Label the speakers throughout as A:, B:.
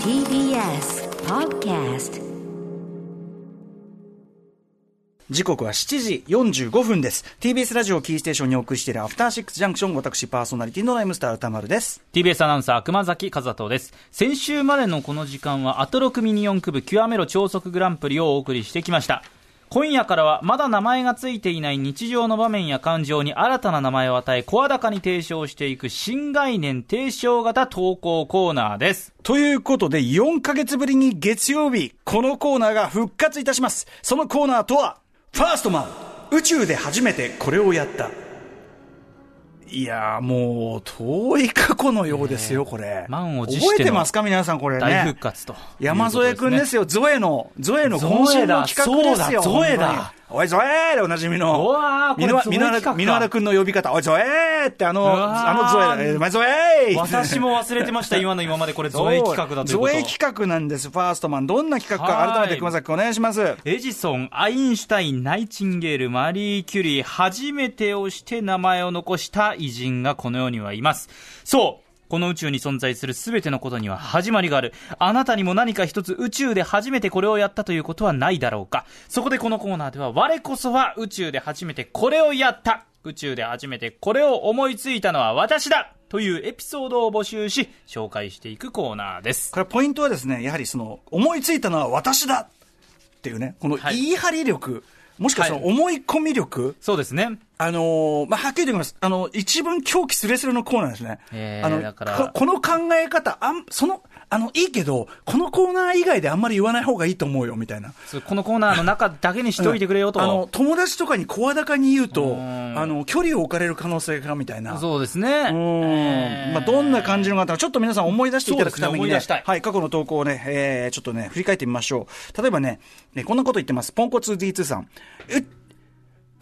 A: TBS Podcast
B: 時刻は7時45分です。TBS ラジオをキーステーションにお送りしているアフターシックスジャンクション、私パーソナリティのライムスター歌丸です。
C: TBS アナウンサー熊崎和人です先週までのこの時間はアトロクミニ四駆部極めろ超速グランプリをお送りしてきました今夜からはまだ名前がついていない日常の場面や感情に新たな名前を与え声高に提唱していく新概念提唱型投稿コーナーです
B: ということで、4ヶ月ぶりに月曜日、このコーナーが復活いたします。そのコーナーとは、ファーストマン、宇宙で初めてこれをやった。いやーもう、遠い過去のようですよ、これ。
C: 満を持しての
B: 覚えてますか、皆さん、これね。
C: 大復活と
B: 山添くんですよ、ゾエの、ゾエの今週の企画ですよ。
C: ゾエだゾエだ
B: ほんまに。おいゾエーでおなじみの。
C: うわーこれ
B: ミノワ
C: ゾエ
B: ミノワ
C: 企画か
B: ミノワラくんの呼び方、おいゾエーってあの、
C: わー
B: あのゾエだえー、お前ゾエー
C: 私も忘れてました今の今までこれ造営企画だということ
B: 造営企画なんです、ファーストマン。どんな企画
C: は
B: か、
C: ーい
B: 改めて熊崎君お願いします。
C: エジソン、アインシュタイン、ナイチンゲール、マリー・キュリー、初めてをして名前を残した偉人がこの世にはいます。そうこの宇宙に存在する全てのことには始まりがある。あなたにも何か一つ宇宙で初めてこれをやったということはないだろうか。そこでこのコーナーでは、我こそは宇宙で初めてこれをやった宇宙で初めてこれを思いついたのは私だというエピソードを募集し、紹介していくコーナーです。
B: これポイントはですね、やはりその、思いついたのは私だっていうね、この
C: はい
B: 言い張り力、もしくはその
C: はい
B: 思い込み力、
C: そうですね。
B: あのーまあ、はっきり言います。あの、一番狂気すれすれのコーナーですね。
C: えー
B: あの
C: だから
B: こ、この考え方、あん、その、あの、いいけど、このコーナー以外であんまり言わない方がいいと思うよ、みたいな。
C: そうこのコーナーの中だけにしておいてくれよと。
B: あの、友達とかに声高に言うと、
C: ん
B: あの、距離を置かれる可能性が、みたいな。
C: そうです
B: う
C: ね。
B: んまあ、どんな感じのがあったのか、ちょっと皆さん思い出していただくために、
C: そうですね思い
B: ね
C: 出したい
B: はい、過去の投稿をね、えーちょっとね、振り返ってみましょう。例えばね、ねこんなこと言ってます。ポンコツ D2 さん。う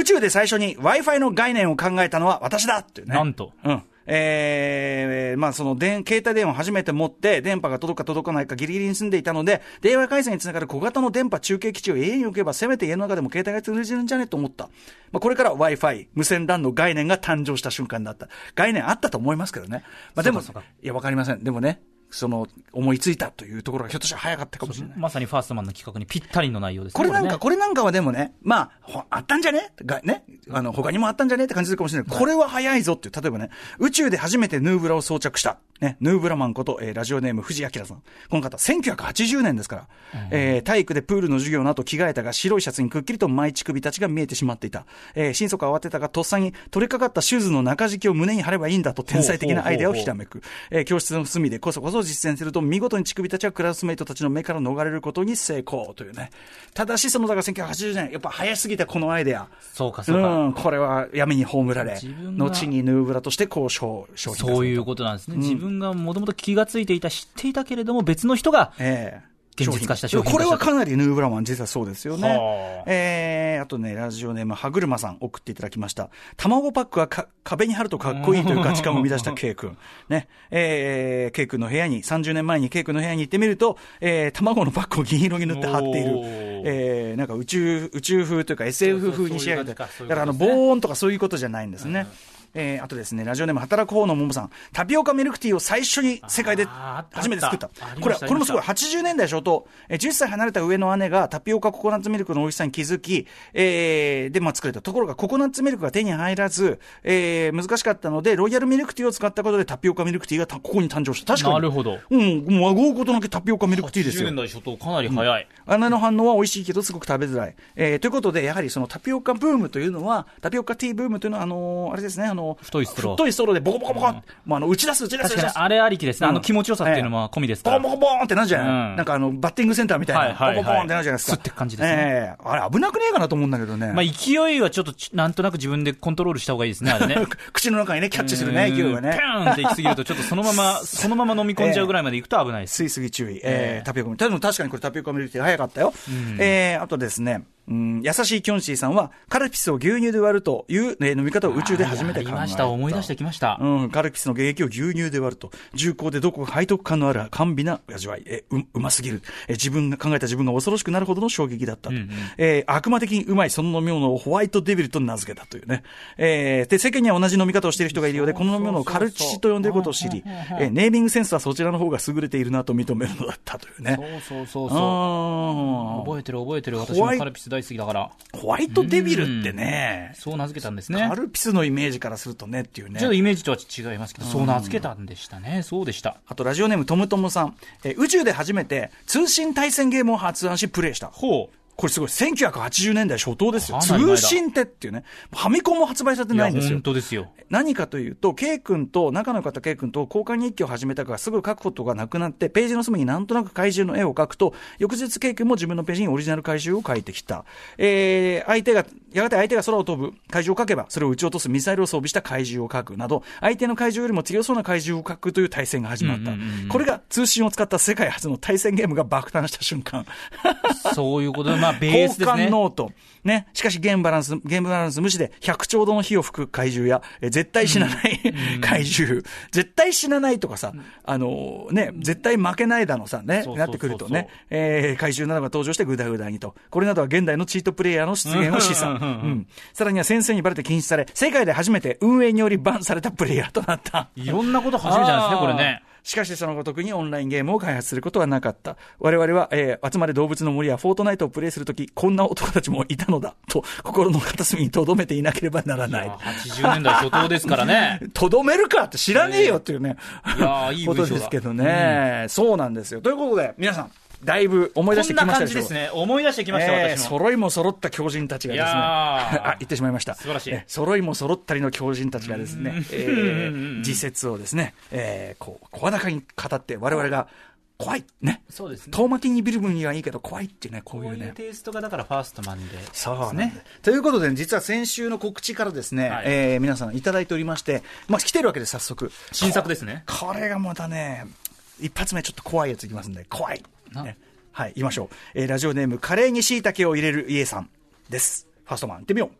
B: 宇宙で最初に Wi-Fi の概念を考えたのは私だっていうね。
C: なんと。
B: うん。えーまあその電、携帯電話を初めて持って、電波が届くか届かないかギリギリに住んでいたので、電話回線につながる小型の電波中継基地を永遠に置けば、せめて家の中でも携帯が通じるんじゃねと思った。まあこれから Wi-Fi、無線 LAN の概念が誕生した瞬間だった。概念あったと思いますけどね。まあでも、い
C: そうかそうか
B: や、わかりません。でもね、その、思いついたというところがひょっとしたら早かったかもしれない。
C: まさにファーストマンの企画にぴったりの内容ですね。
B: これなんか、
C: ね
B: これなんかはでもね、まあ、ほあったんじゃねがね、あの、他にもあったんじゃねって感じするかもしれない。これは早いぞっていう、例えばね、宇宙で初めてヌーブラを装着した。ね、ヌーブラマンこと、えーラジオネーム藤井明さん。この方、1980年ですから、えー体育でプールの授業の後着替えたが、白いシャツにくっきりと舞い乳首たちが見えてしまっていた。えー心底慌てたが、とっさに取れかかったシューズの中敷きを胸に貼ればいいんだと天才的なアイデアをひらめく。えー教室の隅でこそこそ実践すると、見事に乳首たちはクラスメイトたちの目から逃れることに成功というね。ただし、その、だから1980年、やっぱ早すぎたこのアイデア。
C: そうか、そうか。
B: うん、これは闇に葬られ
C: 自、分が
B: 後にヌーブラとして交渉、商品化された
C: そういうことなんですね。自分がもともと気がついていた、知っていたけれども、別の人が、
B: ええ
C: 現実化した商品
B: これは
C: 化した
B: かなりヌーブラマン、実はそうですよね
C: は。あ
B: えー、あとね、ラジオネーム、歯車さん、送っていただきました。卵パックはか壁に貼るとかっこいいという価値観を生み出した K 君。ね、えー、K 君の部屋に、30年前に K 君の部屋に行ってみると、えー、卵のパックを銀色に塗って貼っている
C: おー。
B: えー、なんか宇宙、宇宙風というか SF 風に仕上げて、
C: そうそうそ
B: だ
C: ういう感じかそういうことですね
B: からあの、防音とかそういうことじゃないんですね。えー、あとですね、ラジオネーム働く方のももさん、タピオカミルクティーを最初に世界で
C: あー
B: 初めて作った。
C: あったあった
B: これ、
C: ありました
B: これもすごい、80年代初頭、えー10歳離れた上の姉がタピオカココナッツミルクの美味しさに気づき、えーで、まあ、作れた。ところが、ココナッツミルクが手に入らず、えー難しかったので、ロイヤルミルクティーを使ったことでタピオカミルクティーがたここに誕生した。確かに。
C: なるほど
B: うん、もう、孫うことなきタピオカミルクティーです
C: 10
B: よ
C: 年。代初頭かなり早い。
B: 穴の反応は美味しいけど、すごく食べづらい。えーということで、やはりそのタピオカブームというのは、タピオカティーブームというのは、あのーあれですね、あの
C: 太いストロー
B: 太いストローでボコボコボコ、もうあの打ち出す、打ち出す、
C: 確
B: 打ち
C: かに
B: 出、す。
C: あれありきですね。あの気持ちよさっていうの
B: うん
C: も込みです
B: ボ
C: か
B: ンボ
C: ら。
B: コボーンってなるじゃない、
C: うん
B: なんかあの、バッティングセンターみたいな、
C: はいはいはい
B: ボコボコボンってなるじゃないですか。
C: 吸ってく感じですね
B: ええあれ危なくねえかなと思うんだけどね。
C: まあ、勢いはちょっとち、なんとなく自分でコントロールした方がいいですね、あれね。
B: 口の中にね、キャッチするね、勢いが
C: ピ
B: ね。
C: ャーンって行き過ぎると、ちょっとその まま、そのまま飲み込んじゃうぐらいまで行くと危ないです。
B: 吸いすぎ注意。えータピオカミルクティー。でも確かにこれタピオカミルクティー早かったよ。えーあとですね、うん、優しいキョンシーさんは、カルピスを牛乳で割るという、えー飲み方を宇宙で初めて
C: あ
B: 考え
C: りました、思い出してきました。
B: うん、カルピスの原液を牛乳で割ると、重厚でどこか背徳感のある甘美な味わい、えううますぎるえ、自分が考えた自分が恐ろしくなるほどの衝撃だったと、えー悪魔的にうまい、その飲み物をホワイトデビルと名付けたというね、えーで世間には同じ飲み方をしている人がいるようで、この飲み物をカルチチと呼んでいることを知り、えーネーミングセンスはそちらの方が優れているなと認めるのだったというね。
C: そうそうそう
B: あ
C: そう。
B: ー
C: 覚えてる覚えてる、私
B: ホ
C: も
B: ワイ
C: カルピス大好きだから。
B: ホワイトデビルってね、
C: そう名付けたんですね
B: カ。ルピスのイメージからするとねっていうね。
C: ちょっとイメージとは違いますけど、そう名付けたんでしたね。そうでした。
B: あとラジオネームトムトムさん、えー宇宙で初めて通信対戦ゲームを発案しプレイした。
C: ほう。
B: これすごい、1980年代初頭ですよ。
C: かなり前だ
B: 通信ってっていうね。ファミコンも発売されて
C: い
B: な
C: や、
B: いんですよ
C: 本。当ですよ。
B: 何かというと、K 君と、仲の良かった K 君と交換日記を始めたからすぐ書くことがなくなって、ページの隅になんとなく怪獣の絵を描くと、翌日 K 君も自分のページにオリジナル怪獣を描いてきた。えー、相手が、やがて相手が空を飛ぶ怪獣を描けば、それを撃ち落とすミサイルを装備した怪獣を描くなど、相手の怪獣よりも強そうな怪獣を描くという対戦が始まった。これが通信を使った世界初の対戦ゲームが爆誕した瞬間。
C: そういうことで、ま あ、ベー
B: 交
C: スですね。
B: 換ノート。ね。しかし、ゲームバランス、ゲームバランス無視で、100兆度の火を吹く怪獣や、え絶対死なない、怪獣。絶対死なないとかさ、あのーね、絶対負けないだのさ、ね
C: そうそうそうそう、
B: なってくるとね、えー怪獣などが登場してグダグダにと。これなどは現代のチートプレイヤーの出現を示唆。うん。さらには先生にバレて禁止され、世界で初めて運営によりバンされたプレイヤーとなった。
C: いろんなこと初めてなんですね、これね
B: あ。ー。しかしそのごとくにオンラインゲームを開発することはなかった。我々は、えー集まれ動物の森やフォートナイトをプレイするとき、こんな男たちもいたのだ、と心の片隅に留めていなければならない
C: いや。80年代初頭ですからね。
B: とどめるかって知らねえよっていうね、
C: いやーいい
B: こ
C: 文章
B: と
C: だ
B: ですけどね、そうなんですよ。ということで、皆さん、だいぶ 思い出してき
C: こん
B: ま
C: な
B: した
C: 感
B: で
C: じ
B: しょ
C: で
B: う
C: す
B: か。
C: ね。思い出してきました、
B: えー
C: 私も。
B: 揃いも揃った狂人たちがですね、
C: いやー
B: あ言ってしまいました、
C: 素晴らしい
B: えー揃いも揃ったりの狂人たちがですね、えー自説をですね、えーこう声高に語って、我々が怖い、ね、
C: そうですね
B: 遠巻きにビル分にはいいけど、怖いっていうね、こう
C: こ
B: いうう
C: いう
B: ね。
C: テイストがだからファーストマンで。
B: そう
C: です
B: ね
C: ね。
B: ということで、実は先週の告知からですね、
C: はい
B: えー皆さんいただいておりまして、まあ、来てるわけです、早速。
C: 新作ですね。
B: これがまたね、一発目ちょっと怖いやついきますんで、怖い。
C: な
B: ね、はい、言いましょう。えーラジオネーム、カレーに椎茸を入れる家さんです。ファーストマン、行ってみよう。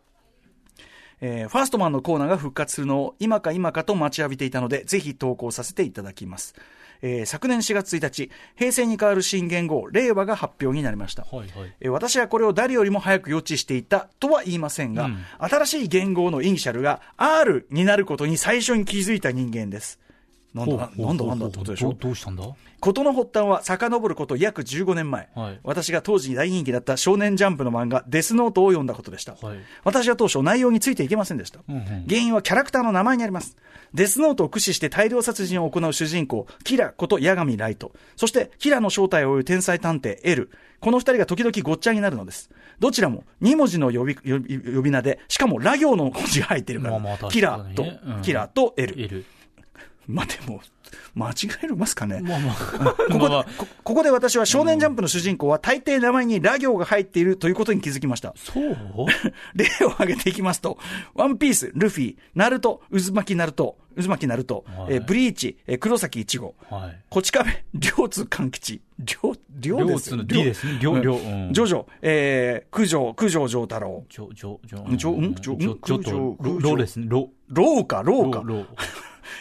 B: えーファーストマンのコーナーが復活するのを今か今かと待ちわびていたので、ぜひ投稿させていただきます。えー昨年4月1日、平成に変わる新元号、令和が発表になりました。
C: はいはい。
B: えー私はこれを誰よりも早く予知していたとは言いませんが、新しい元号のイニシャルが R になることに最初に気づいた人間です。なんだ、なんだ、なんだってことでしょ
C: どうどうしたんだ
B: 事の発端は遡ること約15年前、
C: はい
B: 私が当時大人気だった少年ジャンプの漫画、デスノートを読んだことでした。
C: はい
B: 私は当初内容についていけませんでした、
C: んうん
B: 原因はキャラクターの名前にあります。デスノートを駆使して大量殺人を行う主人公、キラこと八神ライト。そして、キラの正体を追う天才探偵、エル。この二人が時々ごっちゃになるのです。どちらも2文字の呼び、呼び呼び名で、しかもラ行の文字が入ってるから、
C: まあまあ
B: キラと、
C: 確かにねうん
B: キラとエル。
C: いる。
B: まあ、でも、間違えますかね。
C: ま あまあ。
B: ここ
C: まあまあ
B: でこここで私は少年ジャンプの主人公は大抵名前にラ行が入っているということに気づきました。
C: そう
B: 例を挙げていきますと、ワンピース、ルフィ、ナルト、渦巻きナルト、渦巻きナルト、
C: はい
B: えーブリーチ、えー黒崎一護、
C: はい。
B: こち亀、両津勘吉、両、両ですよ。
C: 両津の D ですね両両うん
B: ジョジョ、えー、九条、九条城太郎、
C: ちょ、ちょ、ちょ、
B: ちょんちょん
C: ちょ、ちょっ
B: ちょ
C: と、
B: ちょ
C: ロロですね。ロ。
B: ローか、ロー
C: ロ
B: か、
C: ロ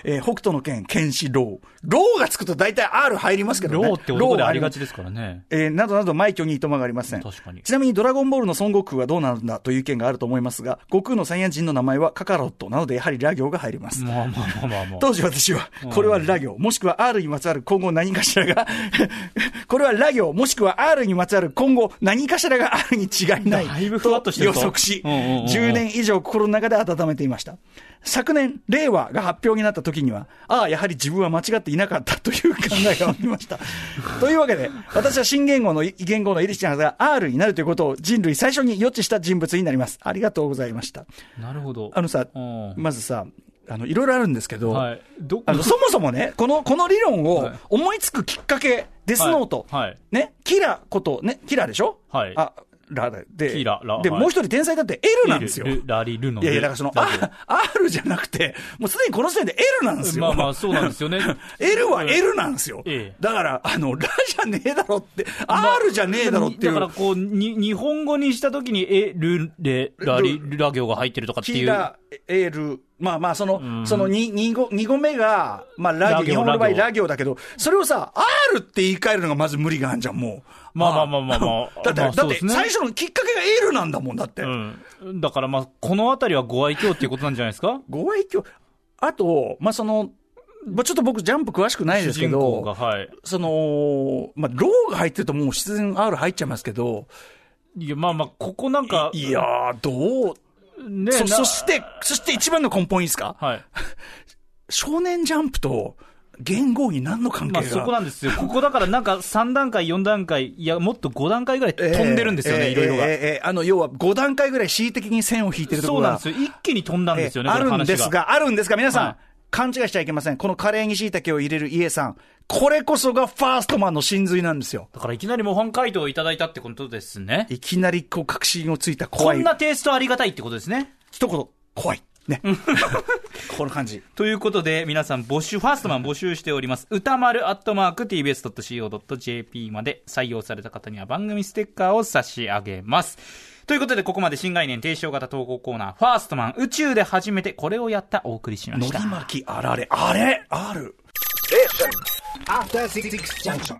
B: えー北斗の剣、剣士ロー。ローがつくと大体 R 入りますけどね。
C: ロって男でありが
B: ち
C: ちですからね。
B: えーなどなど、枚挙にいとまがありません。
C: 確かに
B: ちなみに、ドラゴンボールの孫悟空はどうなんだという意見があると思いますが、悟空のサイヤ人の名前はカカロットなので、やはりラ行が入ります。
C: まあまあまあまあまあ。
B: 当時私は、これはラ行、もしくは R にまつわる今後何かしらが、 これはラ行、もしくは R にまつわる今後何かしらが R に違いない。
C: だいぶふわっとして
B: 予
C: ると
B: 測し、
C: うんうんうんうん
B: 10年以上心の中で温めていました。昨年、令和が発表になった時には、ああ、やはり自分は間違っていなかったという考えがありま した。というわけで、私は新言語の、言語のイリシャンが R になるということを人類最初に予知した人物になります。ありがとうございました。
C: なるほど。
B: あのさ
C: うん、
B: まずさ、あの、いろいろあるんですけど、
C: はい。ど
B: あの、そもそもね、この、この理論を思いつくきっかけ、デスノート。
C: はいはい
B: ね、キラこと、ね、キラでしょ
C: はい
B: あ、ラで、
C: キララ
B: で、
C: はい
B: もう一人天才だって L なんですよ。
C: ルルラリルの
B: いやいや、だからその、
C: ラジオ
B: あ R じゃなくて、もうすでにこの時点で L なんですよ。
C: まあまあそうなんで すよね
B: L は L なんですよ
C: ええ。
B: だから、あの、ラじゃねえだろって、R じゃねえだろってい
C: だから
B: う。
C: こうに日本語にしたときにえルレラリラ行が入ってるとかって
B: キ
C: いう
B: ラ、エル、まあまあ、その、その2、二語、二語目が、まあ、ラ
C: ラ
B: 行、
C: 行
B: 日本語の場合
C: ラ行
B: ラ行だけど、それをさ、R って言い換えるのがまず無理があんじゃん、もう。
C: まあまあまあまあまあ
B: だ
C: ま
B: っ
C: あ
B: て、だ
C: そ
B: っ
C: う
B: て
C: ですね
B: 最初のきっかけが L なんだもん、だって。
C: うん、だからまあこのあたりはご愛嬌っていうことなんじゃないですか
B: ご愛嬌。あと、まあその、まあちょっと僕ジャンプ詳しくないで
C: 主
B: すけ
C: 人
B: ど、
C: 公がはい
B: その、まあ、ローが入ってるともう必然 R 入っちゃいますけど、
C: いやまあまあここなんか
B: いやー、どう、
C: ね
B: そ、
C: な
B: そして、そして一番の根本いいですか
C: はい
B: 少年ジャンプと元号に何の関係
C: ま
B: が、
C: あ、そこなんですよ、ここだからなんか3段階、4段階、いや、もっと5段階ぐらい飛んでるんですよね、
B: えー
C: いろいろが、
B: えーえーえーあの、要は5段階ぐらい恣意的に線を引いてるとこ
C: そう
B: ろ
C: なん
B: が
C: ですよ、一気に飛んだんですよね、
B: えーあ
C: この
B: るん
C: 話
B: です
C: が。
B: が、あるんですが、皆さん、
C: はい
B: 勘違いしちゃいけません。このカレーに椎茸を入れる家さん、これこそがファーストマンの真髄なんですよ。
C: だからいきなり模範解答をいただいたってことですね。
B: いきなりこう確信をついた
C: こ
B: 怖い
C: ん。なテイストありがたいってことですね。
B: 一言、怖い。ね。 この感じ。
C: ということで、皆さん募集、ファーストマン募集しております。歌丸アットマーク tbs.co.jp まで採用された方には番組ステッカーを差し上げます。ということで、ここまで新概念提唱型投稿コーナー、ファーストマン宇宙で初めてこれをやったお送りしま
B: の
C: した
B: り。巻きあられ。あれある。
D: After Six Junction.